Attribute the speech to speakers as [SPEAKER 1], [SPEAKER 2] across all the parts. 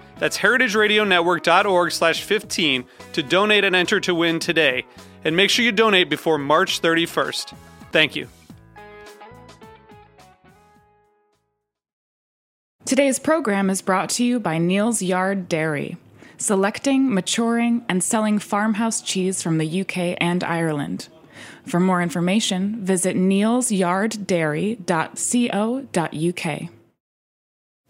[SPEAKER 1] That's heritageradionetwork.org slash 15 to donate and enter to win today. And make sure you donate before March 31st. Thank you.
[SPEAKER 2] Today's program is brought to you by Neil's Yard Dairy, selecting, maturing, and selling farmhouse cheese from the UK and Ireland. For more information, visit neilsyarddairy.co.uk.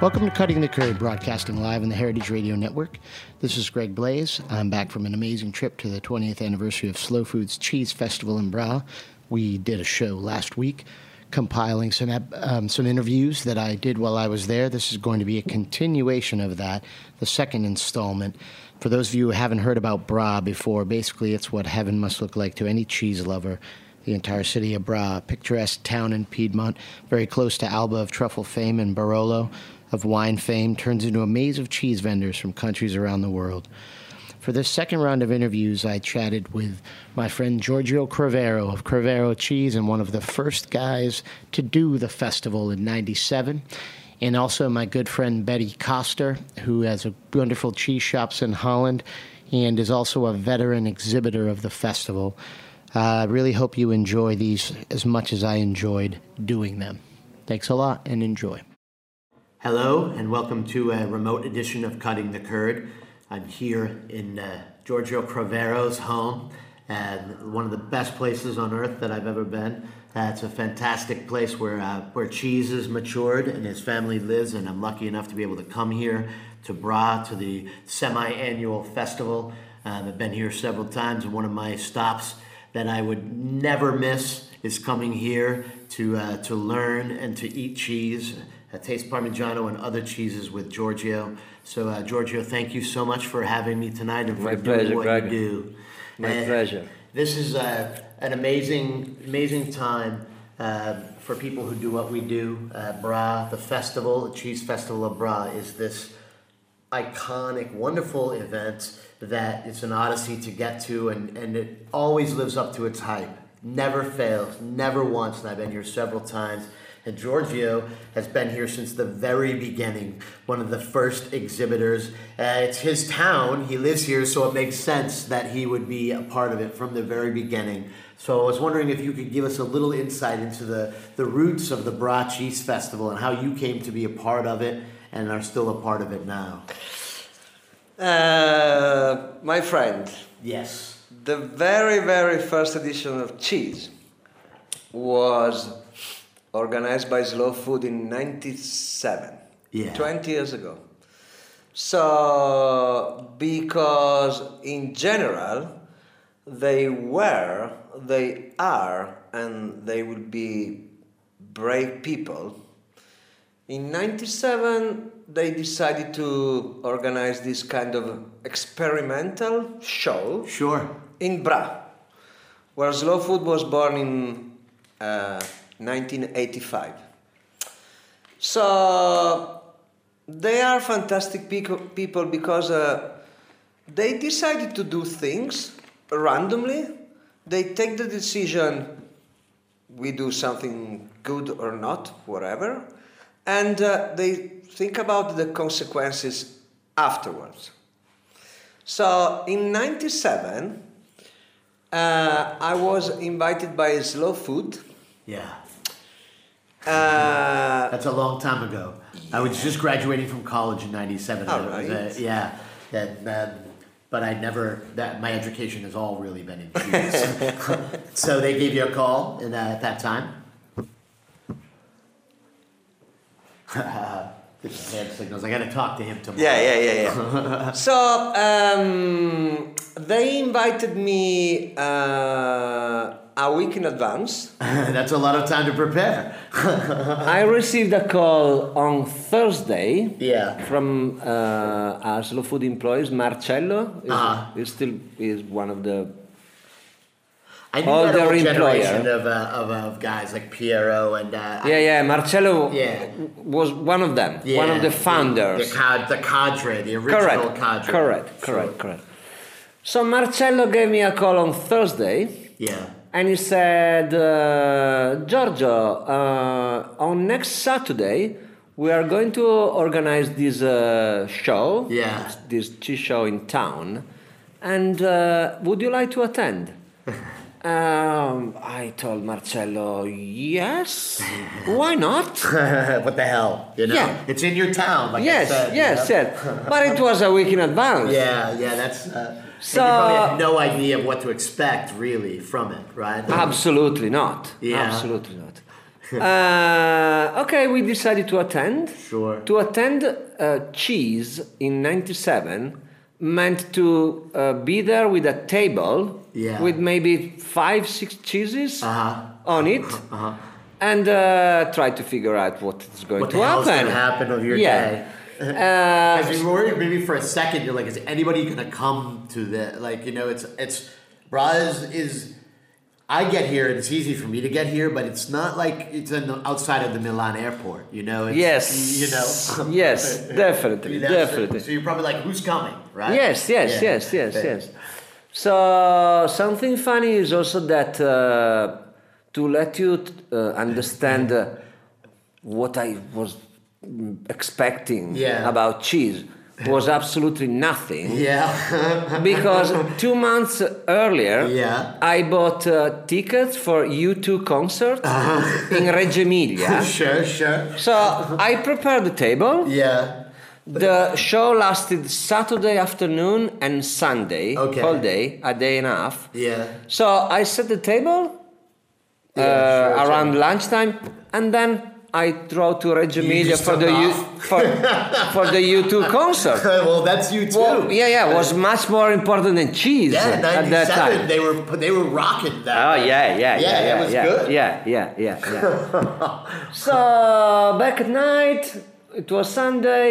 [SPEAKER 3] Welcome to Cutting the Curd, broadcasting live on the Heritage Radio Network. This is Greg Blaze. I'm back from an amazing trip to the 20th anniversary of Slow Foods Cheese Festival in Bra. We did a show last week compiling some ep- um, some interviews that I did while I was there. This is going to be a continuation of that, the second installment. For those of you who haven't heard about Bra before, basically it's what heaven must look like to any cheese lover the entire city of Bra, a picturesque town in Piedmont, very close to Alba of truffle fame and Barolo of wine fame, turns into a maze of cheese vendors from countries around the world. For this second round of interviews, I chatted with my friend Giorgio Crevero of Crevero Cheese and one of the first guys to do the festival in 97. And also my good friend Betty Coster, who has a wonderful cheese shops in Holland and is also a veteran exhibitor of the festival. I uh, really hope you enjoy these as much as I enjoyed doing them. Thanks a lot and enjoy.
[SPEAKER 4] Hello, and welcome to a remote edition of Cutting the Curd. I'm here in uh, Giorgio Cravero's home, and one of the best places on earth that I've ever been. Uh, it's a fantastic place where, uh, where cheese is matured and his family lives, and I'm lucky enough to be able to come here to Bra to the semi annual festival. Um, I've been here several times, and one of my stops that I would never miss is coming here to uh, to learn and to eat cheese, uh, taste Parmigiano and other cheeses with Giorgio. So uh, Giorgio, thank you so much for having me tonight and for
[SPEAKER 5] My
[SPEAKER 4] doing
[SPEAKER 5] pleasure,
[SPEAKER 4] what
[SPEAKER 5] Greg.
[SPEAKER 4] you do.
[SPEAKER 5] My
[SPEAKER 4] And
[SPEAKER 5] pleasure.
[SPEAKER 4] This is uh, an amazing amazing time. Uh, for people who do what we do, uh, Bra, the festival, the Cheese Festival of Bra, is this iconic, wonderful event that it's an odyssey to get to, and, and it always lives up to its hype. Never fails, never once. And I've been here several times. And Giorgio has been here since the very beginning, one of the first exhibitors. Uh, it's his town, he lives here, so it makes sense that he would be a part of it from the very beginning. So I was wondering if you could give us a little insight into the, the roots of the Bra Cheese Festival and how you came to be a part of it and are still a part of it now.
[SPEAKER 5] Uh, my friend,
[SPEAKER 4] Yes.
[SPEAKER 5] the very, very first edition of Cheese was organized by Slow Food in 97,
[SPEAKER 4] Yeah.
[SPEAKER 5] 20 years ago. So, because in general, they were, they are, and they will be brave people. In 97, they decided to organize this kind of experimental show
[SPEAKER 4] Sure.
[SPEAKER 5] in Bra, where Slow Food was born in uh, 1985. So they are fantastic peco- people because uh, they decided to do things randomly they take the decision we do something good or not, whatever, and uh, they think about the consequences afterwards. So in 97, uh, I was invited by Slow Food.
[SPEAKER 4] Yeah.
[SPEAKER 5] Uh,
[SPEAKER 4] That's a long time ago. I was just graduating from college in '97.
[SPEAKER 5] All
[SPEAKER 4] It was
[SPEAKER 5] right.
[SPEAKER 4] a- yeah, that, um, but I never. That my education has all really been in cheese. so they gave you a call in, uh, at that time. This is hand signals. I got to talk to him tomorrow.
[SPEAKER 5] yeah, yeah, yeah, yeah. so um, they invited me uh, a week in advance.
[SPEAKER 4] That's a lot of time to prepare.
[SPEAKER 5] I received a call on Thursday.
[SPEAKER 4] Yeah.
[SPEAKER 5] From uh, our slow food employees, Marcello is,
[SPEAKER 4] Uh-huh.
[SPEAKER 5] is still is one of the.
[SPEAKER 4] I knew
[SPEAKER 5] All
[SPEAKER 4] that
[SPEAKER 5] their
[SPEAKER 4] whole
[SPEAKER 5] employer.
[SPEAKER 4] generation of, uh, of, of guys like Piero and uh,
[SPEAKER 5] Yeah, yeah. Marcello
[SPEAKER 4] Yeah.
[SPEAKER 5] was one of them.
[SPEAKER 4] yeah,
[SPEAKER 5] one of the
[SPEAKER 4] the-
[SPEAKER 5] founders.
[SPEAKER 4] the, cad- the cadre, the original
[SPEAKER 5] correct.
[SPEAKER 4] cadre.
[SPEAKER 5] Correct. Correct. Correct. So Marcello gave me a call on Thursday.
[SPEAKER 4] Yeah.
[SPEAKER 5] And he said, uh, Giorgio, uh, on next Saturday, we are going to organize this uh, show,
[SPEAKER 4] Yeah.
[SPEAKER 5] this cheese show in town, and uh, would you like to attend? um, I told Marcello, yes, why not?
[SPEAKER 4] what the hell? You know,
[SPEAKER 5] Yeah.
[SPEAKER 4] it's in your town. Like
[SPEAKER 5] yes,
[SPEAKER 4] I said,
[SPEAKER 5] yes,
[SPEAKER 4] you know?
[SPEAKER 5] yes. But it was a week in advance.
[SPEAKER 4] Yeah, yeah. That's uh, so. You
[SPEAKER 5] So-
[SPEAKER 4] probably had no idea of what to expect really from it, right?
[SPEAKER 5] Absolutely not.
[SPEAKER 4] Yeah.
[SPEAKER 5] Absolutely not. uh, okay, we decided to attend.
[SPEAKER 4] Sure.
[SPEAKER 5] To attend uh, Cheese in 97 meant to uh, be there with a table
[SPEAKER 4] Yeah.
[SPEAKER 5] with maybe five, six cheeses
[SPEAKER 4] Uh-huh.
[SPEAKER 5] on it. Uh-huh. And uh, try to figure out what is going
[SPEAKER 4] What
[SPEAKER 5] to
[SPEAKER 4] the hell's
[SPEAKER 5] happen.
[SPEAKER 4] gonna happen of your
[SPEAKER 5] yeah. day?
[SPEAKER 4] Because you were worried maybe for a second, you're like, is anybody gonna come to the like? You know, it's it's bra is, is I get here and it's easy for me to get here, but it's not like it's in the, outside of the Milan airport. You know, it's,
[SPEAKER 5] yes.
[SPEAKER 4] you know,
[SPEAKER 5] yes, definitely,
[SPEAKER 4] You know, so-
[SPEAKER 5] definitely.
[SPEAKER 4] So, you're probably like, who's coming, right?
[SPEAKER 5] Yes, yes,
[SPEAKER 4] Yeah.
[SPEAKER 5] yes, yes,
[SPEAKER 4] Yeah.
[SPEAKER 5] yes. So something funny is also that uh, to let you t- uh, understand uh, what I was mm, expecting
[SPEAKER 4] Yeah.
[SPEAKER 5] about cheese was absolutely nothing
[SPEAKER 4] Yeah.
[SPEAKER 5] because two months earlier
[SPEAKER 4] Yeah.
[SPEAKER 5] I bought uh, tickets for U2 concert
[SPEAKER 4] Uh-huh.
[SPEAKER 5] in Reggio Emilia.
[SPEAKER 4] sure, sure.
[SPEAKER 5] So I prepared the table.
[SPEAKER 4] Yeah.
[SPEAKER 5] The show lasted Saturday afternoon and Sunday,
[SPEAKER 4] Okay.
[SPEAKER 5] whole day, a day and a half.
[SPEAKER 4] Yeah.
[SPEAKER 5] So I set the table
[SPEAKER 4] Yeah,
[SPEAKER 5] uh,
[SPEAKER 4] sure,
[SPEAKER 5] around
[SPEAKER 4] sure.
[SPEAKER 5] lunchtime, and then I drove to Reggio
[SPEAKER 4] You
[SPEAKER 5] Emilia
[SPEAKER 4] just
[SPEAKER 5] for the
[SPEAKER 4] took
[SPEAKER 5] U-
[SPEAKER 4] off.
[SPEAKER 5] for, for the U2 concert.
[SPEAKER 4] well, that's you too.
[SPEAKER 5] Well, yeah, yeah, was much more important than cheese
[SPEAKER 4] Yeah,
[SPEAKER 5] at that time.
[SPEAKER 4] '97. They were they were rocking that.
[SPEAKER 5] Oh yeah, yeah, yeah,
[SPEAKER 4] Yeah,
[SPEAKER 5] yeah,
[SPEAKER 4] it was
[SPEAKER 5] yeah,
[SPEAKER 4] good.
[SPEAKER 5] yeah, yeah, yeah, yeah. so back at night, it was Sunday.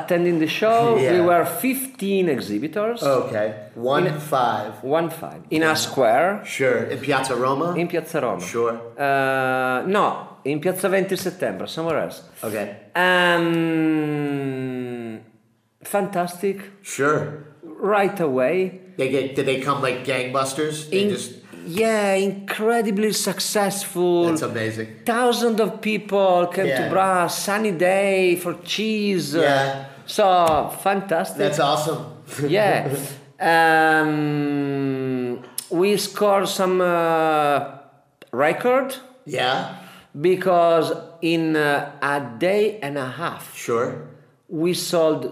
[SPEAKER 5] Attending the show, we
[SPEAKER 4] Yeah.
[SPEAKER 5] were 15 exhibitors,
[SPEAKER 4] Okay. One five.
[SPEAKER 5] one five in a square
[SPEAKER 4] Sure. In Piazza Roma.
[SPEAKER 5] in Piazza Roma.
[SPEAKER 4] Sure.
[SPEAKER 5] Uh, no, in Piazza 20 Settembre, somewhere else.
[SPEAKER 4] Okay.
[SPEAKER 5] Um, fantastic.
[SPEAKER 4] Sure.
[SPEAKER 5] Right away.
[SPEAKER 4] They get. Did they come like gangbusters? They
[SPEAKER 5] In-
[SPEAKER 4] just.
[SPEAKER 5] yeah, incredibly successful.
[SPEAKER 4] That's amazing.
[SPEAKER 5] Thousands of people came to
[SPEAKER 4] Yeah.
[SPEAKER 5] Bra, sunny day for cheese.
[SPEAKER 4] Yeah.
[SPEAKER 5] So fantastic.
[SPEAKER 4] That's awesome.
[SPEAKER 5] yeah. Um, we scored some uh, record
[SPEAKER 4] yeah.
[SPEAKER 5] because in uh, a day and a half
[SPEAKER 4] Sure.
[SPEAKER 5] we sold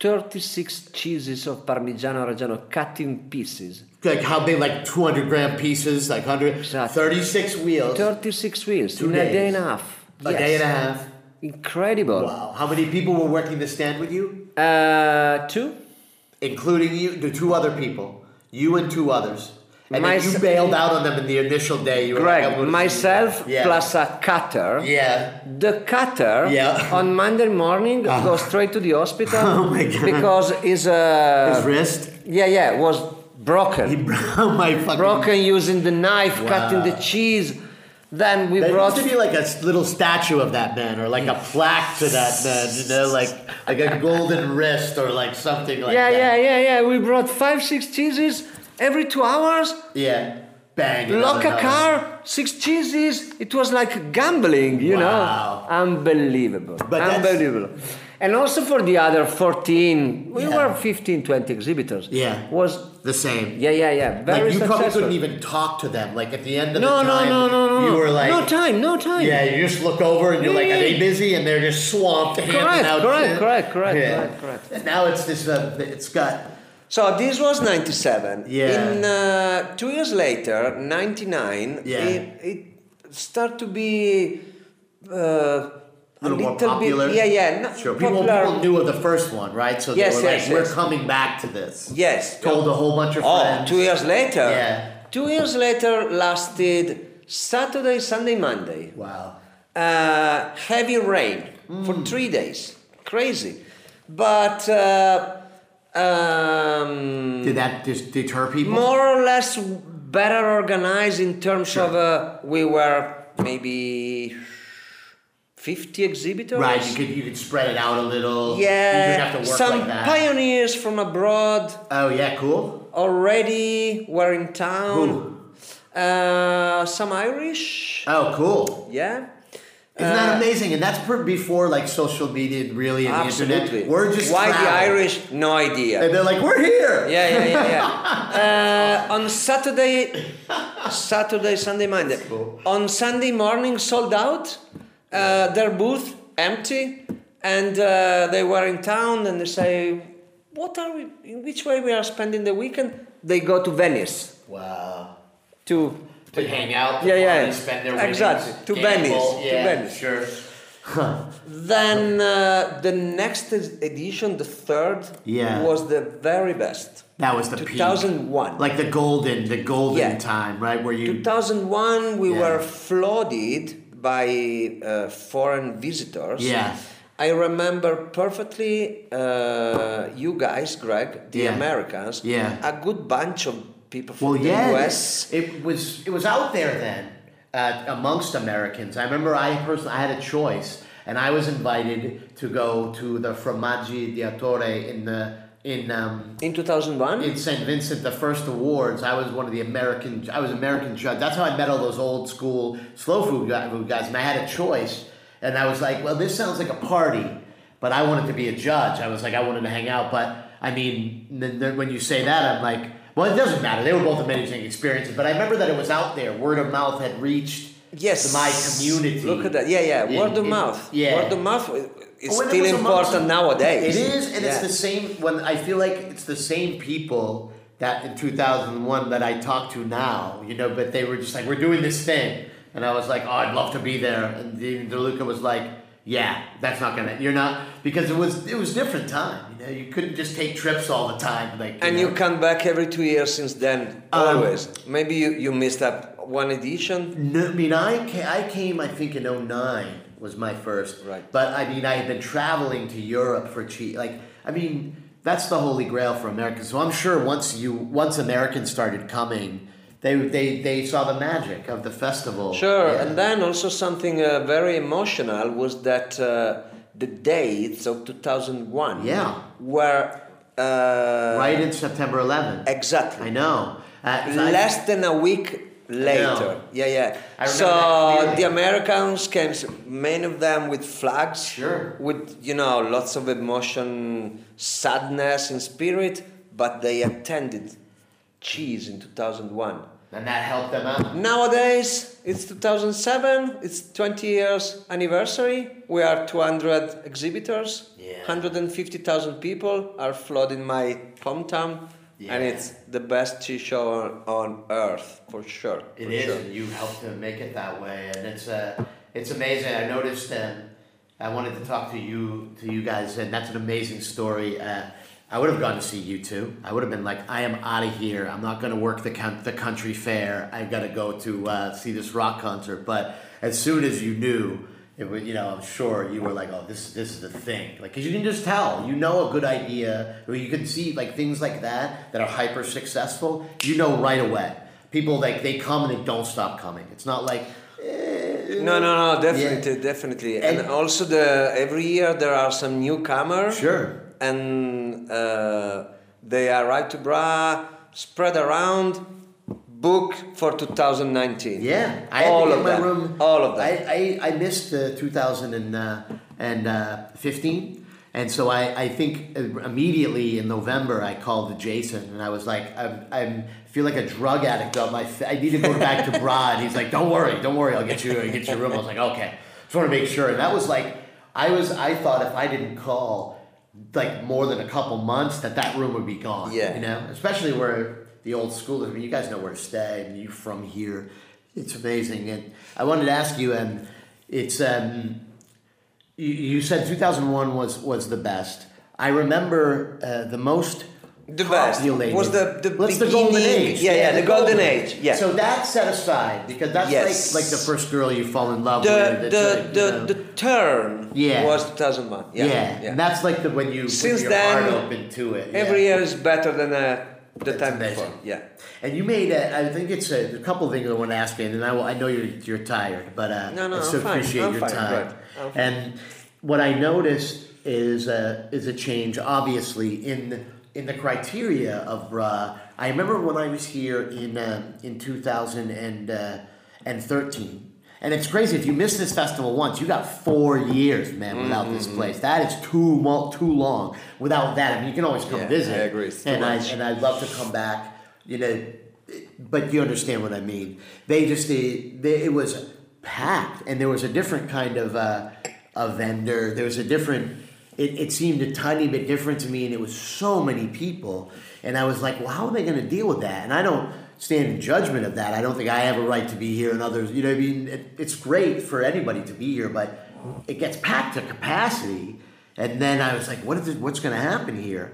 [SPEAKER 5] 36 cheeses of Parmigiano Reggiano cut in pieces.
[SPEAKER 4] Like how big? Like 200 gram pieces. Like 100.
[SPEAKER 5] Exactly.
[SPEAKER 4] 36 wheels.
[SPEAKER 5] 36 wheels
[SPEAKER 4] Two
[SPEAKER 5] in a day
[SPEAKER 4] days.
[SPEAKER 5] and a half.
[SPEAKER 4] A
[SPEAKER 5] Yes.
[SPEAKER 4] day and a half.
[SPEAKER 5] Incredible.
[SPEAKER 4] Wow. How many people were working the stand with you?
[SPEAKER 5] Uh, two?
[SPEAKER 4] including you, the two other people, you and two others, and
[SPEAKER 5] My
[SPEAKER 4] then you
[SPEAKER 5] s-
[SPEAKER 4] bailed out on them in the initial day. You were like, I'm
[SPEAKER 5] Greg,
[SPEAKER 4] gonna-
[SPEAKER 5] myself
[SPEAKER 4] yeah.
[SPEAKER 5] plus a cutter.
[SPEAKER 4] yeah,
[SPEAKER 5] The cutter
[SPEAKER 4] Yeah. Ah.
[SPEAKER 5] on Monday morning goes straight to the hospital
[SPEAKER 4] Oh my God.
[SPEAKER 5] because his, uh,
[SPEAKER 4] his wrist.
[SPEAKER 5] yeah yeah was broken.
[SPEAKER 4] He broke my fucking.
[SPEAKER 5] broken using the knife,
[SPEAKER 4] Wow.
[SPEAKER 5] cutting the cheese. Then we
[SPEAKER 4] There
[SPEAKER 5] brought
[SPEAKER 4] used to be like a s- little statue of that man, or like a plaque to that man, you know, like like a golden wrist or like something like
[SPEAKER 5] yeah,
[SPEAKER 4] that.
[SPEAKER 5] yeah, yeah, yeah. We brought five, six cheeses every two hours,
[SPEAKER 4] Yeah. Bang.
[SPEAKER 5] lock
[SPEAKER 4] another
[SPEAKER 5] a
[SPEAKER 4] note.
[SPEAKER 5] car, six cheeses. It was like gambling, you
[SPEAKER 4] Wow.
[SPEAKER 5] know. Unbelievable.
[SPEAKER 4] But that's-
[SPEAKER 5] Unbelievable. And also for the other 14, we
[SPEAKER 4] Yeah.
[SPEAKER 5] were 15, 20 exhibitors.
[SPEAKER 4] Yeah.
[SPEAKER 5] Was,
[SPEAKER 4] The same.
[SPEAKER 5] yeah, yeah, yeah. Very
[SPEAKER 4] like you
[SPEAKER 5] successful.
[SPEAKER 4] probably couldn't even talk to them. Like at the end of
[SPEAKER 5] no,
[SPEAKER 4] the
[SPEAKER 5] no,
[SPEAKER 4] time,
[SPEAKER 5] no, no, no.
[SPEAKER 4] you were like,
[SPEAKER 5] no time, no time.
[SPEAKER 4] Yeah, you just look over and you're like, are they busy? And they're just swamped. handing
[SPEAKER 5] Correct,
[SPEAKER 4] out
[SPEAKER 5] correct,
[SPEAKER 4] shit.
[SPEAKER 5] correct, correct, correct, correct.
[SPEAKER 4] And now it's this. Uh, it's got.
[SPEAKER 5] So this was 97.
[SPEAKER 4] Yeah.
[SPEAKER 5] In uh, two years later, 99,
[SPEAKER 4] Yeah.
[SPEAKER 5] it, it started to be
[SPEAKER 4] A
[SPEAKER 5] uh, a,
[SPEAKER 4] little more
[SPEAKER 5] little
[SPEAKER 4] popular.
[SPEAKER 5] bit. Yeah, yeah. no-
[SPEAKER 4] Sure. People,
[SPEAKER 5] popular.
[SPEAKER 4] people knew of the first one, right? So they
[SPEAKER 5] Yes,
[SPEAKER 4] were like,
[SPEAKER 5] yes,
[SPEAKER 4] we're
[SPEAKER 5] yes.
[SPEAKER 4] coming back to this.
[SPEAKER 5] Yes.
[SPEAKER 4] Told a whole bunch of
[SPEAKER 5] Oh,
[SPEAKER 4] friends.
[SPEAKER 5] two years later.
[SPEAKER 4] Yeah.
[SPEAKER 5] Two years later lasted Saturday, Sunday, Monday.
[SPEAKER 4] Wow.
[SPEAKER 5] uh, heavy rain
[SPEAKER 4] Hmm.
[SPEAKER 5] for three days. Crazy. But uh, um,
[SPEAKER 4] Did that just deter people?
[SPEAKER 5] more or less better organized in terms of uh, we were maybe 50 exhibitors.
[SPEAKER 4] Right, you could you could spread it out a little. you didn't
[SPEAKER 5] yeah,
[SPEAKER 4] have to work
[SPEAKER 5] some
[SPEAKER 4] like that.
[SPEAKER 5] pioneers from abroad
[SPEAKER 4] oh yeah, cool.
[SPEAKER 5] already were in town. Uh, some Irish,
[SPEAKER 4] Oh, cool.
[SPEAKER 5] yeah.
[SPEAKER 4] Isn't that
[SPEAKER 5] uh,
[SPEAKER 4] amazing? And that's per- before like social media really and the
[SPEAKER 5] Absolutely.
[SPEAKER 4] internet. We're just
[SPEAKER 5] why the
[SPEAKER 4] proud.
[SPEAKER 5] Irish? No idea.
[SPEAKER 4] And they're like, we're here.
[SPEAKER 5] Yeah, yeah, yeah, yeah. uh, on Saturday, Saturday, Sunday, Monday. On Sunday morning, sold out. Uh, their booth empty, and uh, they were in town, and they say, "What are we? In which way we are spending the weekend?" They go to Venice
[SPEAKER 4] Wow.
[SPEAKER 5] to.
[SPEAKER 4] To hang out.
[SPEAKER 5] Yeah, yeah.
[SPEAKER 4] party, Spend their winnings,
[SPEAKER 5] Exactly. To
[SPEAKER 4] gamble.
[SPEAKER 5] Venice, to
[SPEAKER 4] Yeah,
[SPEAKER 5] Venice.
[SPEAKER 4] Sure.
[SPEAKER 5] Then uh, the next edition, the third,
[SPEAKER 4] Yeah.
[SPEAKER 5] was the very best.
[SPEAKER 4] That was the peak.
[SPEAKER 5] 2001.
[SPEAKER 4] Like the golden, the golden
[SPEAKER 5] Yeah.
[SPEAKER 4] time, right? Where you
[SPEAKER 5] 2001 we
[SPEAKER 4] Yeah.
[SPEAKER 5] were flooded by uh, foreign visitors
[SPEAKER 4] Yeah.
[SPEAKER 5] i remember perfectly uh, you guys greg the
[SPEAKER 4] Yeah.
[SPEAKER 5] americans
[SPEAKER 4] Yeah.
[SPEAKER 5] a good bunch of people from
[SPEAKER 4] Well,
[SPEAKER 5] the
[SPEAKER 4] yeah,
[SPEAKER 5] us
[SPEAKER 4] it was it was out there then uh, amongst Americans. I remember I personally I had a choice, and I was invited to go to the Formaggi di Attore in the in um,
[SPEAKER 5] in 2001
[SPEAKER 4] in St. Vincent, the first awards, I was one of the American, I was American judge. That's how I met all those old school slow food guy- food guys. And I had a choice. And I was like, well, this sounds like a party, but I wanted to be a judge. I was like, I wanted to hang out. But I mean, th- th- when you say that, I'm like, well, it doesn't matter. They were both amazing experiences. But I remember that it was out there. Word of mouth had reached
[SPEAKER 5] yes
[SPEAKER 4] my community.
[SPEAKER 5] look at that yeah yeah
[SPEAKER 4] In-
[SPEAKER 5] word of
[SPEAKER 4] in-
[SPEAKER 5] mouth
[SPEAKER 4] yeah.
[SPEAKER 5] word of mouth is
[SPEAKER 4] When it
[SPEAKER 5] still
[SPEAKER 4] was amongst-
[SPEAKER 5] important nowadays
[SPEAKER 4] It is, and it's
[SPEAKER 5] Yeah.
[SPEAKER 4] the same. When I feel like it's the same people that in 2001 that I talk to now, you know, but they were just like, "We're doing this thing," and I was like, "Oh, I'd love to be there." And even DeLuca was like, "Yeah, that's not gonna. You're not because it was it was different time. You know, you couldn't just take trips all the time. Like,
[SPEAKER 5] And
[SPEAKER 4] know.
[SPEAKER 5] you come back every two years since then,
[SPEAKER 4] Um,
[SPEAKER 5] always. Maybe you, you missed up one edition.
[SPEAKER 4] No, I mean, I came, I came, I think, in 09 was my first.
[SPEAKER 5] Right.
[SPEAKER 4] But I mean, I had been traveling to Europe for cheap. Like, I mean, that's the holy grail for Americans. So I'm sure once you, once Americans started coming, they they they saw the magic of the festival.
[SPEAKER 5] Sure.
[SPEAKER 4] Yeah.
[SPEAKER 5] And then also something uh, very emotional was that uh, the dates of 2001
[SPEAKER 4] Yeah.
[SPEAKER 5] were uh,
[SPEAKER 4] right in September 11th. I
[SPEAKER 5] exactly
[SPEAKER 4] know. Uh, so I-
[SPEAKER 5] less than a week later. Yeah, yeah.
[SPEAKER 4] I remember that
[SPEAKER 5] so
[SPEAKER 4] clearly.
[SPEAKER 5] the Americans came, s- many of them with flags,
[SPEAKER 4] Sure.
[SPEAKER 5] with you know lots of emotion, sadness, and spirit. But they attended Cheese in 2001.
[SPEAKER 4] and that helped them out.
[SPEAKER 5] Nowadays it's 2007. It's 20 years anniversary. We are 200 exhibitors.
[SPEAKER 4] Yeah.
[SPEAKER 5] 150,000 people are flooding my hometown. And
[SPEAKER 4] Yeah.
[SPEAKER 5] it's the best cheese show on, on earth, for sure.
[SPEAKER 4] It
[SPEAKER 5] for
[SPEAKER 4] is,
[SPEAKER 5] sure.
[SPEAKER 4] and you helped to make it that way, and it's uh, it's amazing. I noticed, um, I wanted to talk to you to you guys, and that's an amazing story. Uh, I would have gone to see you too. I would have been like, I am out of here. I'm not going to work the coun- the country fair. I've got to go to uh, see this rock concert. But as soon as you knew. It was, you know, I'm sure you were like, oh, this, this is the thing. Like, 'cause you can just tell. You know a good idea. Or you can see, like, things like that that are hyper successful. You know right away people like they come and they don't stop coming. It's not like eh,
[SPEAKER 5] No, no, no, definitely, definitely. And,
[SPEAKER 4] And-
[SPEAKER 5] also, the every year there are some newcomers.
[SPEAKER 4] Sure.
[SPEAKER 5] And uh, they arrive to Bra. spread around. Book for 2019.
[SPEAKER 4] Yeah, I had
[SPEAKER 5] all
[SPEAKER 4] to
[SPEAKER 5] of
[SPEAKER 4] get my
[SPEAKER 5] them.
[SPEAKER 4] room.
[SPEAKER 5] All of them.
[SPEAKER 4] I, I, I missed the uh, 2015, uh, and so I, I think uh, immediately in November I called Jason and I was like, I'm, I'm feel like a drug addict on my. F- I need to go back to Brad. He's like, Don't worry, don't worry, I'll get you, I'll get you a room. I was like, Okay, just want to make sure. And that was like, I was, I thought if I didn't call like more than a couple months that that room would be gone.
[SPEAKER 5] Yeah.
[SPEAKER 4] you know know, especially where the old school is. I mean, you guys know where to stay, and you from here, it's amazing. And I wanted to ask you, um, it's um, you, you said 2001 was was the best. I remember uh, the most
[SPEAKER 5] The best.
[SPEAKER 4] populated-
[SPEAKER 5] Was the- the
[SPEAKER 4] What's the golden
[SPEAKER 5] beginning-
[SPEAKER 4] age?
[SPEAKER 5] yeah, yeah, the golden age, yeah.
[SPEAKER 4] So that set aside because that's
[SPEAKER 5] Yes.
[SPEAKER 4] like like the first girl you fall in love with.
[SPEAKER 5] the
[SPEAKER 4] It's
[SPEAKER 5] the
[SPEAKER 4] like, you know,
[SPEAKER 5] the, the turn
[SPEAKER 4] Yeah.
[SPEAKER 5] was 2001. Yeah,
[SPEAKER 4] yeah, And that's like the when you when
[SPEAKER 5] Since
[SPEAKER 4] your
[SPEAKER 5] then,
[SPEAKER 4] heart open to it. yeah.
[SPEAKER 5] every year is better than uh, the
[SPEAKER 4] That's
[SPEAKER 5] time
[SPEAKER 4] amazing.
[SPEAKER 5] before. Yeah.
[SPEAKER 4] And you made, a, I think it's a, a couple of things I want to ask you, and then I, will, I know you're, you're tired, but uh,
[SPEAKER 5] No, no,
[SPEAKER 4] I
[SPEAKER 5] I'm
[SPEAKER 4] still
[SPEAKER 5] fine.
[SPEAKER 4] appreciate
[SPEAKER 5] I'm
[SPEAKER 4] your
[SPEAKER 5] fine,
[SPEAKER 4] time.
[SPEAKER 5] right. I'm fine.
[SPEAKER 4] And what I noticed is a, is a change, obviously, in in the criteria of bra. I remember when I was here in um, in 2013, uh, and it's crazy if you miss this festival once, you got four years, man, without this
[SPEAKER 5] Mm-hmm.
[SPEAKER 4] place. That is too mo- too long. Without that, I mean, you can always come
[SPEAKER 5] Yeah, I
[SPEAKER 4] visit.
[SPEAKER 5] agree. It's too
[SPEAKER 4] And I
[SPEAKER 5] much.
[SPEAKER 4] and I'd love to come back. You know, but you understand what I mean. They just they, they it was packed, and there was a different kind of uh, a vendor. There was a different. It, it seemed a tiny bit different to me, and it was so many people, and I was like, "Well, how are they going to deal with that?" And I don't stand in judgment of that. I don't think I have a right to be here, and others. You know, what I mean, it, it's great for anybody to be here, but it gets packed to capacity, and then I was like, "What is it, what's going to happen here?"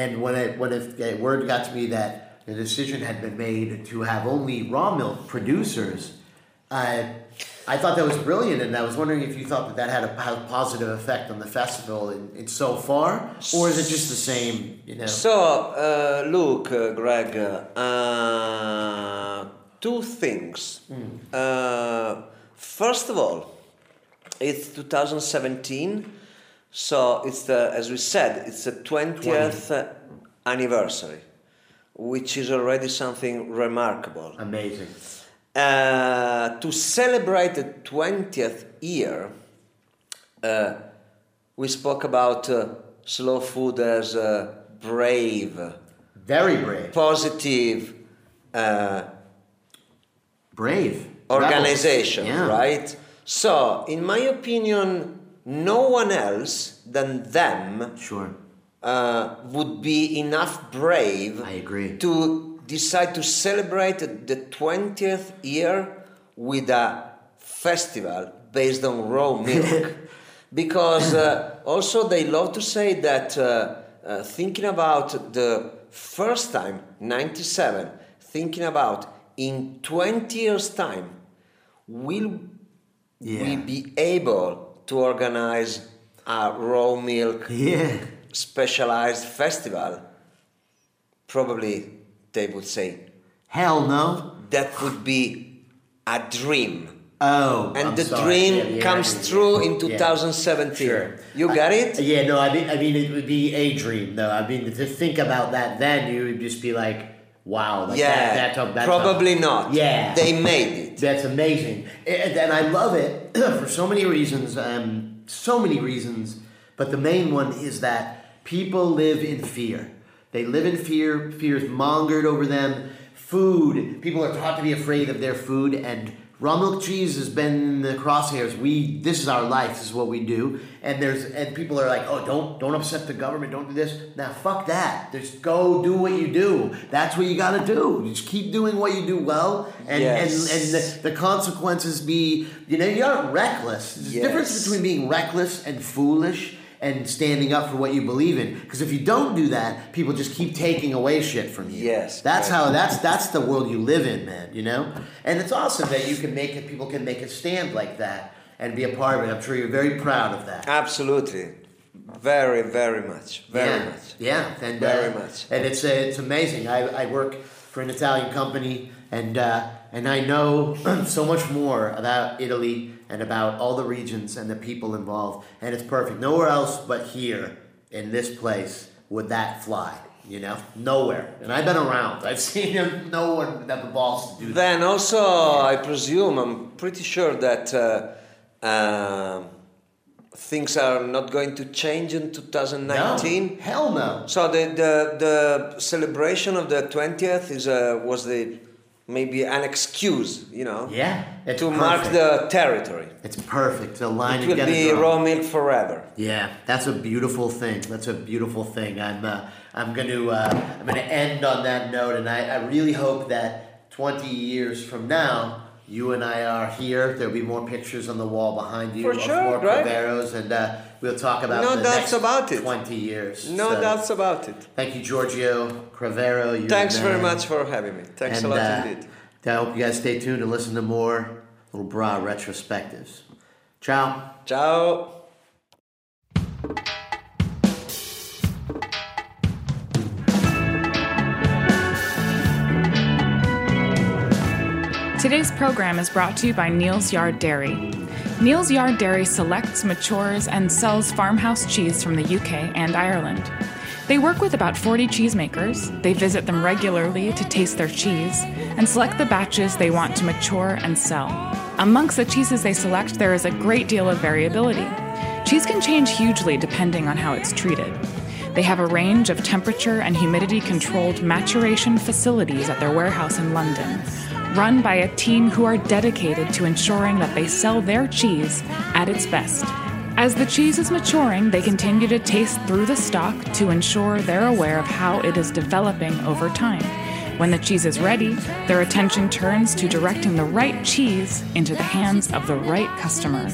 [SPEAKER 4] And when it, when it, the word got to me that the decision had been made to have only raw milk producers, I, I thought that was brilliant, and I was wondering if you thought that that had a po- positive effect on the festival in, in so far, or is it just the same? You know,
[SPEAKER 5] So, uh, look, uh, Greg, uh, uh, two things.
[SPEAKER 4] Hmm.
[SPEAKER 5] Uh, first of all, it's 2017, so it's the, as we said, it's the 20th anniversary, which is already something remarkable.
[SPEAKER 4] amazing.
[SPEAKER 5] Uh, to celebrate the 20th year, uh, we spoke about uh, slow food as uh, brave,
[SPEAKER 4] Very brave,
[SPEAKER 5] positive uh,
[SPEAKER 4] brave
[SPEAKER 5] organization,
[SPEAKER 4] Rebel. Yeah.
[SPEAKER 5] right? So, in my opinion, no one else than them
[SPEAKER 4] Sure,
[SPEAKER 5] uh, would be enough brave
[SPEAKER 4] I agree.
[SPEAKER 5] to decide to celebrate the 20th year with a festival based on raw milk because uh, also they love to say that uh, uh, thinking about the first time 97 thinking about in 20 years time will we
[SPEAKER 4] Yeah.
[SPEAKER 5] be able to organize a raw milk
[SPEAKER 4] yeah,
[SPEAKER 5] specialized festival, probably they would say
[SPEAKER 4] hell no.
[SPEAKER 5] that would be a dream.
[SPEAKER 4] Oh,
[SPEAKER 5] And
[SPEAKER 4] I'm
[SPEAKER 5] the
[SPEAKER 4] sorry.
[SPEAKER 5] dream
[SPEAKER 4] Yeah, yeah, I
[SPEAKER 5] comes
[SPEAKER 4] agree.
[SPEAKER 5] true in
[SPEAKER 4] Yeah.
[SPEAKER 5] 2017.
[SPEAKER 4] Sure.
[SPEAKER 5] You got it?
[SPEAKER 4] Yeah, no, I mean, I mean, it would be a dream, though. I mean, to think about that, then you would just be like, "Wow, like
[SPEAKER 5] yeah,
[SPEAKER 4] that, that's a- that's a-
[SPEAKER 5] probably not.
[SPEAKER 4] Yeah,
[SPEAKER 5] They made it.
[SPEAKER 4] that's amazing, and, and I love it for so many reasons. Um, so many reasons, but the main one is that people live in fear. They live in fear. Fear is mongered over them. Food. People are taught to be afraid of their food, and raw milk cheese has been in the crosshairs. We. This is our life. This is what we do. And there's and people are like, oh, don't don't upset the government. Don't do this. Now, fuck that. Just go do what you do. That's what you gotta do. Just keep doing what you do well, and
[SPEAKER 5] Yes.
[SPEAKER 4] and and. The, the consequences be you know you aren't reckless there's
[SPEAKER 5] Yes.
[SPEAKER 4] a difference between being reckless and foolish and standing up for what you believe in because if you don't do that people just keep taking away shit from you
[SPEAKER 5] Yes,
[SPEAKER 4] that's
[SPEAKER 5] correct.
[SPEAKER 4] how that's that's the world you live in man you know and it's awesome that you can make it people can make a stand like that and be a part of it i'm sure you're very proud of that
[SPEAKER 5] Absolutely. Very, very much. Very
[SPEAKER 4] yeah.
[SPEAKER 5] much.
[SPEAKER 4] Yeah, and
[SPEAKER 5] Very
[SPEAKER 4] uh,
[SPEAKER 5] much.
[SPEAKER 4] And it's uh, it's amazing. I, I work for an Italian company, and uh, and I know so much more about Italy and about all the regions and the people involved. And it's perfect. Nowhere else but here in this place would that fly. you know, nowhere. And I've been around. I've seen him. No one have the balls to do that.
[SPEAKER 5] Then also, I presume, I'm pretty sure that uh, um things are not going to change in
[SPEAKER 4] No.
[SPEAKER 5] 2019.
[SPEAKER 4] Hell no.
[SPEAKER 5] So the, the the celebration of the 20th is uh, was the maybe an excuse, you know,
[SPEAKER 4] Yeah. It's
[SPEAKER 5] to mark
[SPEAKER 4] perfect.
[SPEAKER 5] the territory.
[SPEAKER 4] It's perfect. The line
[SPEAKER 5] It
[SPEAKER 4] you
[SPEAKER 5] will
[SPEAKER 4] get it
[SPEAKER 5] be
[SPEAKER 4] wrong.
[SPEAKER 5] raw milk forever.
[SPEAKER 4] Yeah, that's a beautiful thing. That's a beautiful thing. I'm uh, I'm gonna uh, I'm gonna end on that note, and I, I really hope that 20 years from now, you and I are here. There'll be more pictures on the wall behind you
[SPEAKER 5] For
[SPEAKER 4] of
[SPEAKER 5] sure,
[SPEAKER 4] more
[SPEAKER 5] right?
[SPEAKER 4] Priveros, and uh, we'll talk about
[SPEAKER 5] No
[SPEAKER 4] the
[SPEAKER 5] doubts
[SPEAKER 4] next
[SPEAKER 5] about it.
[SPEAKER 4] 20 years.
[SPEAKER 5] No
[SPEAKER 4] So,
[SPEAKER 5] doubts about it.
[SPEAKER 4] Thank you, Giorgio Crivero. You're
[SPEAKER 5] Thanks
[SPEAKER 4] the
[SPEAKER 5] very
[SPEAKER 4] man.
[SPEAKER 5] much for having me. Thanks
[SPEAKER 4] And,
[SPEAKER 5] a lot
[SPEAKER 4] uh,
[SPEAKER 5] indeed.
[SPEAKER 4] I hope you guys stay tuned and listen to more little bra retrospectives. Ciao.
[SPEAKER 5] Ciao.
[SPEAKER 2] Today's program is brought to you by Neil's Yard Dairy. Neil's Yard Dairy selects, matures, and sells farmhouse cheese from the UK and Ireland. They work with about 40 cheesemakers, they visit them regularly to taste their cheese, and select the batches they want to mature and sell. Amongst the cheeses they select, there is a great deal of variability. Cheese can change hugely depending on how it's treated. They have a range of temperature and humidity controlled maturation facilities at their warehouse in London, run by a team who are dedicated to ensuring that they sell their cheese at its best. As the cheese is maturing, they continue to taste through the stock to ensure they're aware of how it is developing over time. When the cheese is ready, their attention turns to directing the right cheese into the hands of the right customer.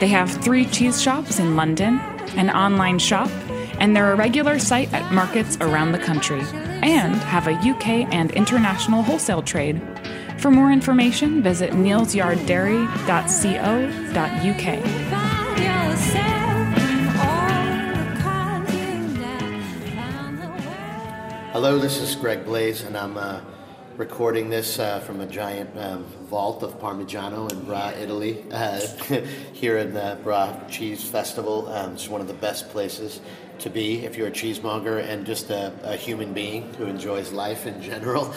[SPEAKER 2] They have three cheese shops in London, an online shop, and they're a regular site at markets around the country, and have a UK and international wholesale trade. For more information, visit neilsyarddairy.co.uk.
[SPEAKER 6] Find yourself in all the cards you left. Find the way.
[SPEAKER 4] Hello, this is Greg Blaze, and I'm uh, recording this uh, from a giant um, vault of Parmigiano in Bra, Italy, uh, here in the Bra Cheese Festival. Um, it's one of the best places to be if you're a cheesemonger and just a, a human being who enjoys life in general.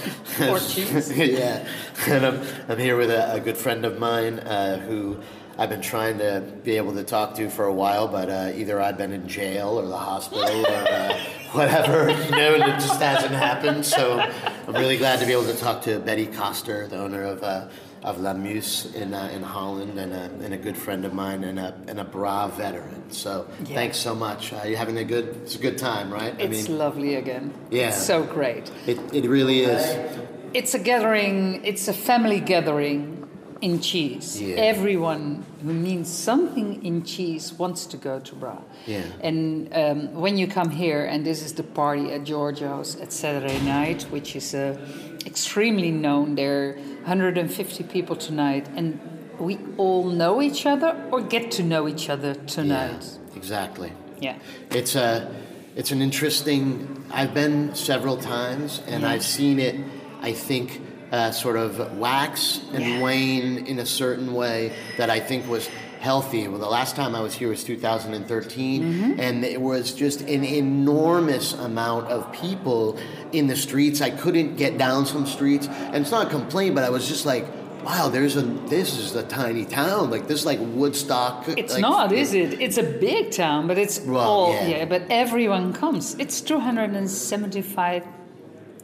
[SPEAKER 4] Or cheese. yeah. And I'm, I'm here with a, a good friend of mine uh, who I've been trying to be able to talk to for a while, but uh, either I've been in jail or the hospital or uh, whatever, you know, and it just hasn't happened. So I'm really glad to be able to talk to Betty Coster, the owner of, uh, of La Muse in, uh, in Holland and a, and a good friend of mine and a, and a bra veteran. So thanks so much. Uh, you're having a good, it's a good time, right?
[SPEAKER 7] It's lovely again.
[SPEAKER 4] Yeah.
[SPEAKER 7] It's so great.
[SPEAKER 4] it, it really is.
[SPEAKER 7] It's a gathering, it's a family gathering in cheese.
[SPEAKER 4] Yeah.
[SPEAKER 7] Everyone who means something in cheese wants to go to Bra.
[SPEAKER 4] Yeah.
[SPEAKER 7] And um, when you come here, and this is the party at Giorgio's at Saturday night, which is uh, extremely known, there are 150 people tonight, and we all know each other or get to know each other
[SPEAKER 4] Yeah,
[SPEAKER 7] tonight.
[SPEAKER 4] exactly.
[SPEAKER 7] Yeah.
[SPEAKER 4] It's a, it's an interesting. I've been several times, and I've seen it. I think uh, sort of wax and
[SPEAKER 7] Yeah.
[SPEAKER 4] wane in a certain way that I think was healthy. Well, the last time I was here was 2013,
[SPEAKER 7] Mm-hmm.
[SPEAKER 4] and it was just an enormous amount of people in the streets. I couldn't get down some streets, and it's not a complaint, but I was just like. Wow, there's a. This is a tiny town. Like this, is like Woodstock.
[SPEAKER 7] It's
[SPEAKER 4] like,
[SPEAKER 7] not, is it? It's a big town, but it's
[SPEAKER 4] Well,
[SPEAKER 7] all
[SPEAKER 4] yeah.
[SPEAKER 7] yeah. But everyone comes. It's two hundred and seventy-five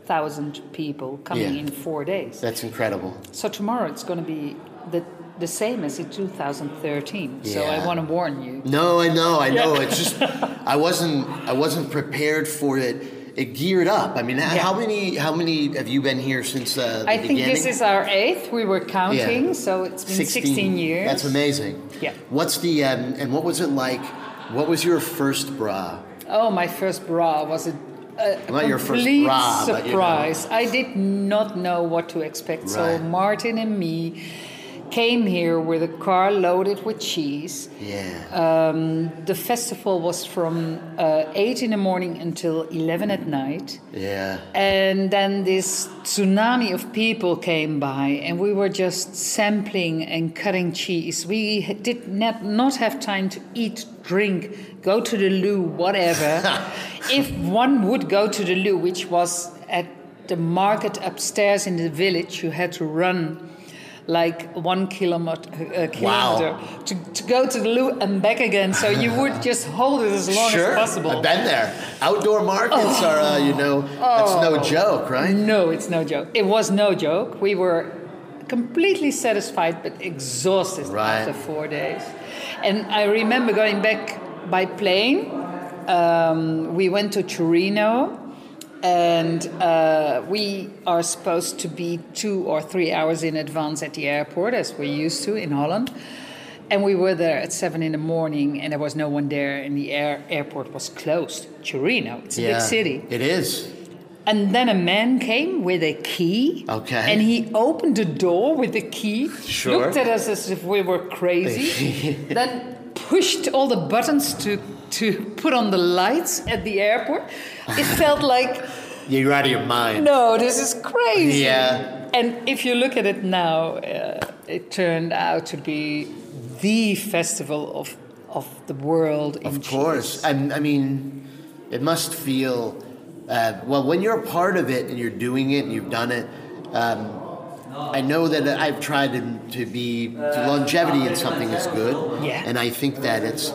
[SPEAKER 7] thousand people coming
[SPEAKER 4] Yeah.
[SPEAKER 7] in four days.
[SPEAKER 4] That's incredible.
[SPEAKER 7] So tomorrow it's going to be the the same as in two thousand thirteen. So
[SPEAKER 4] Yeah.
[SPEAKER 7] I want to warn you.
[SPEAKER 4] No, I know, I know. It's just I wasn't I wasn't prepared for it. It geared up. I mean, h-
[SPEAKER 7] Yeah.
[SPEAKER 4] how many how many have you been here since uh, the
[SPEAKER 7] I think
[SPEAKER 4] beginning?
[SPEAKER 7] this is our eighth. We were counting, so it's been sixteen, years.
[SPEAKER 4] That's amazing.
[SPEAKER 7] Yeah.
[SPEAKER 4] What's the um, and what was it like? What was your first bra?
[SPEAKER 7] Oh, my first bra was a, a
[SPEAKER 4] Not
[SPEAKER 7] complete
[SPEAKER 4] your first bra, but, you know.
[SPEAKER 7] surprise. I did not know what to expect. So
[SPEAKER 4] Right.
[SPEAKER 7] Martin and me came here with a car loaded with cheese.
[SPEAKER 4] Yeah.
[SPEAKER 7] Um, the festival was from uh, 8 in the morning until 11 at night.
[SPEAKER 4] Yeah.
[SPEAKER 7] And then this tsunami of people came by, and we were just sampling and cutting cheese. We h- did not, not have time to eat, drink, go to the loo, whatever. if one would go to the loo, which was at the market upstairs in the village, you had to run like one kilometer, uh, kilometer to, to go to the loo and back again. So you would just hold it as long
[SPEAKER 4] sure.
[SPEAKER 7] as possible. Oh.
[SPEAKER 4] I've been there. Outdoor markets are, uh, you know, that's no joke, right?
[SPEAKER 7] No, it's no joke. It was no joke. We were completely satisfied but exhausted
[SPEAKER 4] Right.
[SPEAKER 7] after four days. And I remember going back by plane. Um, we went to Torino and uh, we are supposed to be two or three hours in advance at the airport as we're used to in Holland. And we were there at seven in the morning, and there was no one there, and the air, airport was closed. Torino, it's a big city.
[SPEAKER 4] It is.
[SPEAKER 7] And then a man came with a key.
[SPEAKER 4] Okay.
[SPEAKER 7] And he opened the door with the key.
[SPEAKER 4] Sure.
[SPEAKER 7] Looked at us as if we were crazy. then pushed all the buttons to to put on the lights at the airport. It felt like,
[SPEAKER 4] You're out of your mind.
[SPEAKER 7] no, this is crazy.
[SPEAKER 4] Yeah.
[SPEAKER 7] And if you look at it now, uh, it turned out to be the festival of of the world. in
[SPEAKER 4] Of course. I, I mean, it must feel, uh, well, when you're a part of it and you're doing it and you've done it, um, I know that I've tried to, to be to longevity in something is good.
[SPEAKER 7] Yeah.
[SPEAKER 4] And I think that it's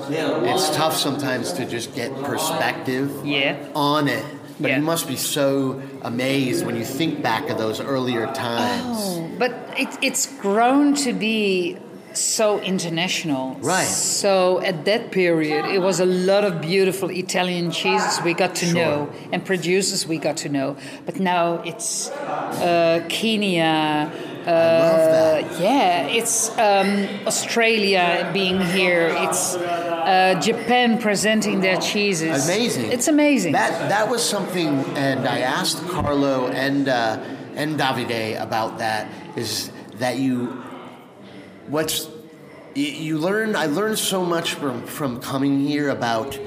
[SPEAKER 4] it's tough sometimes to just get perspective
[SPEAKER 7] Yeah.
[SPEAKER 4] on it. But you
[SPEAKER 7] Yeah.
[SPEAKER 4] must be so amazed when you think back of those earlier times.
[SPEAKER 7] But it, it's grown to be so international.
[SPEAKER 4] Right.
[SPEAKER 7] So at that period, it was a lot of beautiful Italian cheeses we got to know and producers we got to know. But now it's uh, Kenya.
[SPEAKER 4] I love
[SPEAKER 7] Uh,
[SPEAKER 4] that.
[SPEAKER 7] Yeah, it's um, Australia being here. It's uh, Japan presenting their cheeses.
[SPEAKER 4] Amazing.
[SPEAKER 7] It's amazing.
[SPEAKER 4] That that was something, and I asked Carlo and uh, and Davide about that. Is that you? What's you, you learn? I learned so much from from coming here about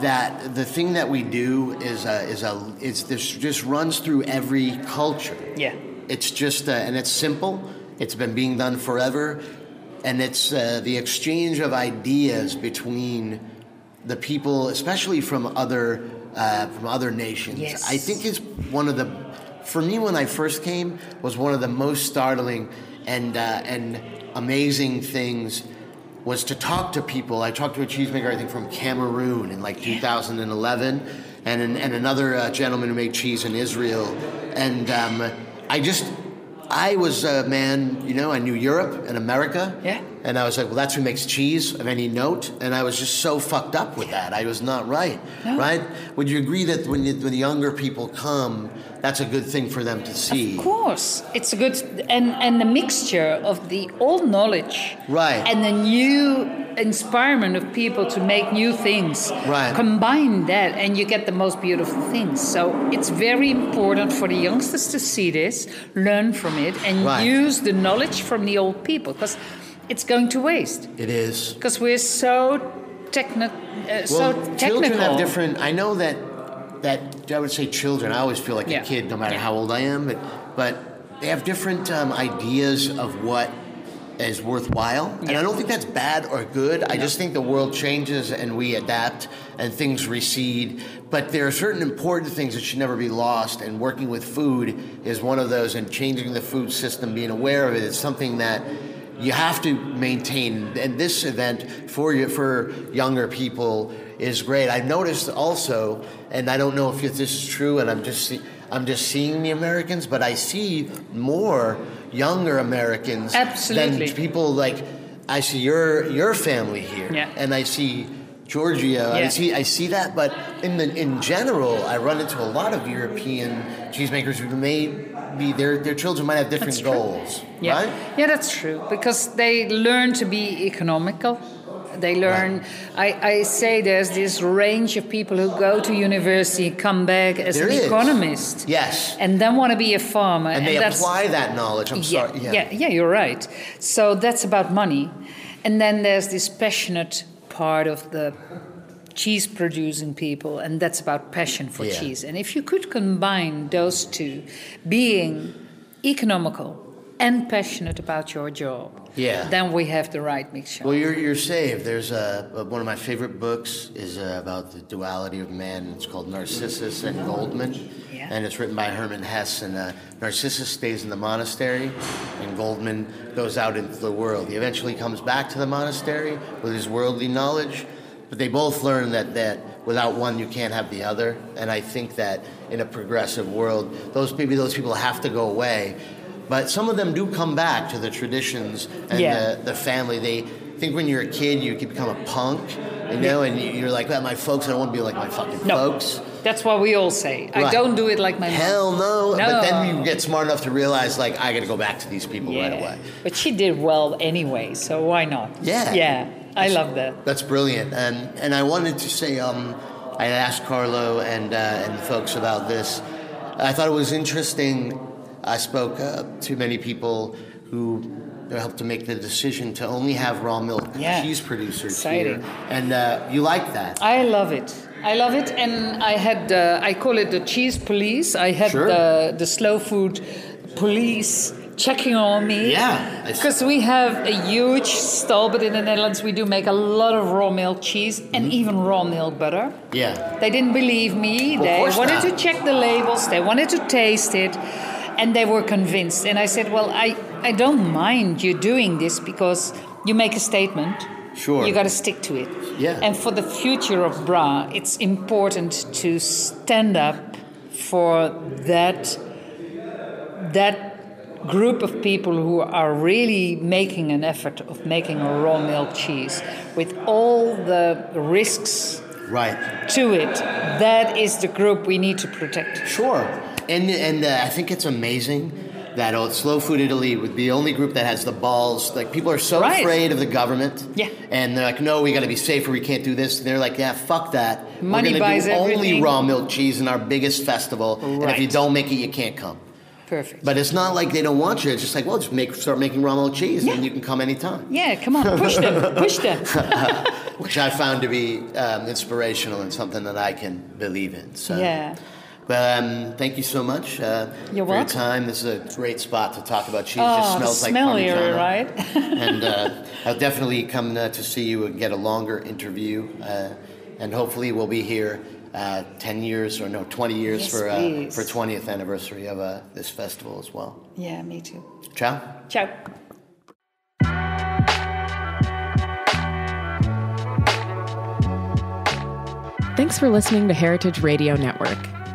[SPEAKER 4] that the thing that we do is a is a it's this just runs through every culture.
[SPEAKER 7] Yeah.
[SPEAKER 4] It's just uh, and it's simple. It's been being done forever, and it's uh, the exchange of ideas between the people, especially from other uh, from other nations.
[SPEAKER 7] Yes.
[SPEAKER 4] I think it's one of the for me when I first came was one of the most startling and uh, and amazing things was to talk to people. I talked to a cheesemaker I think from Cameroon in like 2011, and an, and another uh, gentleman who made cheese in Israel, and um, I just. I was a man, you know, I knew Europe and America.
[SPEAKER 7] Yeah.
[SPEAKER 4] And I was like, well, that's who makes cheese of any note. And I was just so fucked up with that. I was not right. Right? Would you agree that when, you, when the younger people come, that's a good thing for them to see?
[SPEAKER 7] Of course, it's a good and and the mixture of the old knowledge,
[SPEAKER 4] Right.
[SPEAKER 7] and the new inspirement of people to make new things,
[SPEAKER 4] Right.
[SPEAKER 7] Combine that, and you get the most beautiful things. So it's very important for the youngsters to see this, learn from it, and
[SPEAKER 4] Right.
[SPEAKER 7] use the knowledge from the old people because it's going to waste
[SPEAKER 4] It is.
[SPEAKER 7] because we're so techni- uh, so
[SPEAKER 4] Well,
[SPEAKER 7] technical.
[SPEAKER 4] children have different. I know that that I would say children. I always feel like
[SPEAKER 7] Yeah.
[SPEAKER 4] a kid, no matter
[SPEAKER 7] Yeah.
[SPEAKER 4] how old I am. But but they have different um, ideas of what is worthwhile, and I
[SPEAKER 7] Yeah.
[SPEAKER 4] don't think that's bad or good. I just think the world changes and we adapt and things recede. But there are certain important things that should never be lost, and working with food is one of those. And changing the food system, being aware of it, is something that you have to maintain and this event for you for younger people is great i've noticed also and i don't know if this is true and i'm just see, i'm just seeing the americans but i see more younger americans
[SPEAKER 7] Absolutely.
[SPEAKER 4] than people like i see your your family here
[SPEAKER 7] Yeah.
[SPEAKER 4] and i see Georgia, I
[SPEAKER 7] Yeah.
[SPEAKER 4] see. I see that, but in the in general, I run into a lot of European cheesemakers who may be their their children might have different
[SPEAKER 7] That's true.
[SPEAKER 4] goals,
[SPEAKER 7] Yeah.
[SPEAKER 4] right?
[SPEAKER 7] yeah, that's true because they learn to be economical They learn. I, I say there's this range of people who go to university, come back as
[SPEAKER 8] There
[SPEAKER 7] an
[SPEAKER 8] is.
[SPEAKER 7] economist,
[SPEAKER 8] Yes.
[SPEAKER 7] and then want to be a farmer,
[SPEAKER 8] And they
[SPEAKER 7] that's,
[SPEAKER 8] apply that knowledge. I'm
[SPEAKER 7] yeah,
[SPEAKER 8] sorry.
[SPEAKER 7] yeah, yeah, you're right. So that's about money. And then there's this passionate part of the cheese producing people, and that's about passion for
[SPEAKER 8] Yeah.
[SPEAKER 7] cheese. And if you could combine those two, being economical and passionate about your job,
[SPEAKER 8] Yeah.
[SPEAKER 7] then we have the right mixture.
[SPEAKER 4] Well, you're, you're saved. There's a, a- one of my favorite books is uh, about the duality of man. It's called Narcissus and Goldman,
[SPEAKER 7] Yeah.
[SPEAKER 4] and it's written by Herman Hesse. And uh, Narcissus stays in the monastery, and Goldman goes out into the world. He eventually comes back to the monastery with his worldly knowledge, but they both learn that that without one you can't have the other. And I think that in a progressive world, those maybe those people have to go away. But some of them do come back to the traditions and
[SPEAKER 7] Yeah.
[SPEAKER 4] the, the family. They think when you're a kid, you can become a punk, you know, and you- you're like, well, my folks, I don't want to be like my fucking
[SPEAKER 7] no,
[SPEAKER 4] folks.
[SPEAKER 7] that's what we all say. I
[SPEAKER 4] Right.
[SPEAKER 7] don't do it like my mom.
[SPEAKER 4] Hell no.
[SPEAKER 7] No.
[SPEAKER 4] But then you get smart enough to realize, like, I got to go back to these people right away.
[SPEAKER 7] But she did well anyway, so why not?
[SPEAKER 4] Yeah.
[SPEAKER 7] Yeah, I love that.
[SPEAKER 4] That's brilliant. And and I wanted to say, um, I asked Carlo and uh, and the folks about this. I thought it was interesting. I spoke uh, to many people who helped to make the decision to only have raw milk
[SPEAKER 7] Yeah.
[SPEAKER 4] cheese producers here,
[SPEAKER 7] Exciting.
[SPEAKER 4] and uh, you like that.
[SPEAKER 7] I love it. I love it, and I had uh, I call it the cheese police. I had
[SPEAKER 4] Sure.
[SPEAKER 7] the the slow food police checking on me.
[SPEAKER 4] Yeah, I see.
[SPEAKER 7] because we have a huge stall, but in the Netherlands we do make a lot of raw milk cheese and
[SPEAKER 4] Mm-hmm.
[SPEAKER 7] even raw milk butter.
[SPEAKER 4] yeah.
[SPEAKER 7] They didn't believe me. they
[SPEAKER 4] course
[SPEAKER 7] wanted
[SPEAKER 4] not.
[SPEAKER 7] to check the labels. They wanted to taste it, and they were convinced. And I said, "Well, I I don't mind you doing this because you make a statement.
[SPEAKER 4] Sure.
[SPEAKER 7] you got to stick to it.
[SPEAKER 4] Yeah.
[SPEAKER 7] And for the future of bra, it's important to stand up for that that." group of people who are really making an effort of making a raw milk cheese with all the risks
[SPEAKER 4] Right.
[SPEAKER 7] to it. That is the group we need to protect.
[SPEAKER 4] Sure, and and uh, I think it's amazing that old Slow Food Italy would be the only group that has the balls. Like people are so
[SPEAKER 7] Right.
[SPEAKER 4] afraid of the government.
[SPEAKER 7] Yeah.
[SPEAKER 4] and they're like, no, we got to be safer. We can't do this. And they're like, yeah, fuck that.
[SPEAKER 7] Money
[SPEAKER 4] We're gonna
[SPEAKER 7] buys
[SPEAKER 4] do only
[SPEAKER 7] everything.
[SPEAKER 4] raw milk cheese in our biggest festival, and if you
[SPEAKER 7] Right.
[SPEAKER 4] don't make it, you can't come.
[SPEAKER 7] Perfect.
[SPEAKER 4] But it's not like they don't want you. It's just like, well, just make start making raw milk cheese, and
[SPEAKER 7] Yeah.
[SPEAKER 4] you can come anytime.
[SPEAKER 7] yeah, come on, push them, push them.
[SPEAKER 4] Which I found to be um, inspirational and something that I can believe in. So.
[SPEAKER 7] Yeah.
[SPEAKER 4] But um, thank you so much uh,
[SPEAKER 7] You're
[SPEAKER 4] for your
[SPEAKER 7] welcome.
[SPEAKER 4] time. This is a great spot to talk about cheese. it just
[SPEAKER 7] Oh,
[SPEAKER 4] smells like
[SPEAKER 7] smell here,
[SPEAKER 4] Parmigiano.
[SPEAKER 7] right?
[SPEAKER 4] and uh, I'll definitely come uh, to see you and get a longer interview. Uh, and hopefully we'll be here uh, 10 years or no, 20 years
[SPEAKER 7] Yes,
[SPEAKER 4] for, uh,
[SPEAKER 7] please.
[SPEAKER 4] for 20th anniversary of uh, this festival as well.
[SPEAKER 7] yeah, me too.
[SPEAKER 4] Ciao.
[SPEAKER 7] Ciao.
[SPEAKER 9] Thanks for listening to Heritage Radio Network,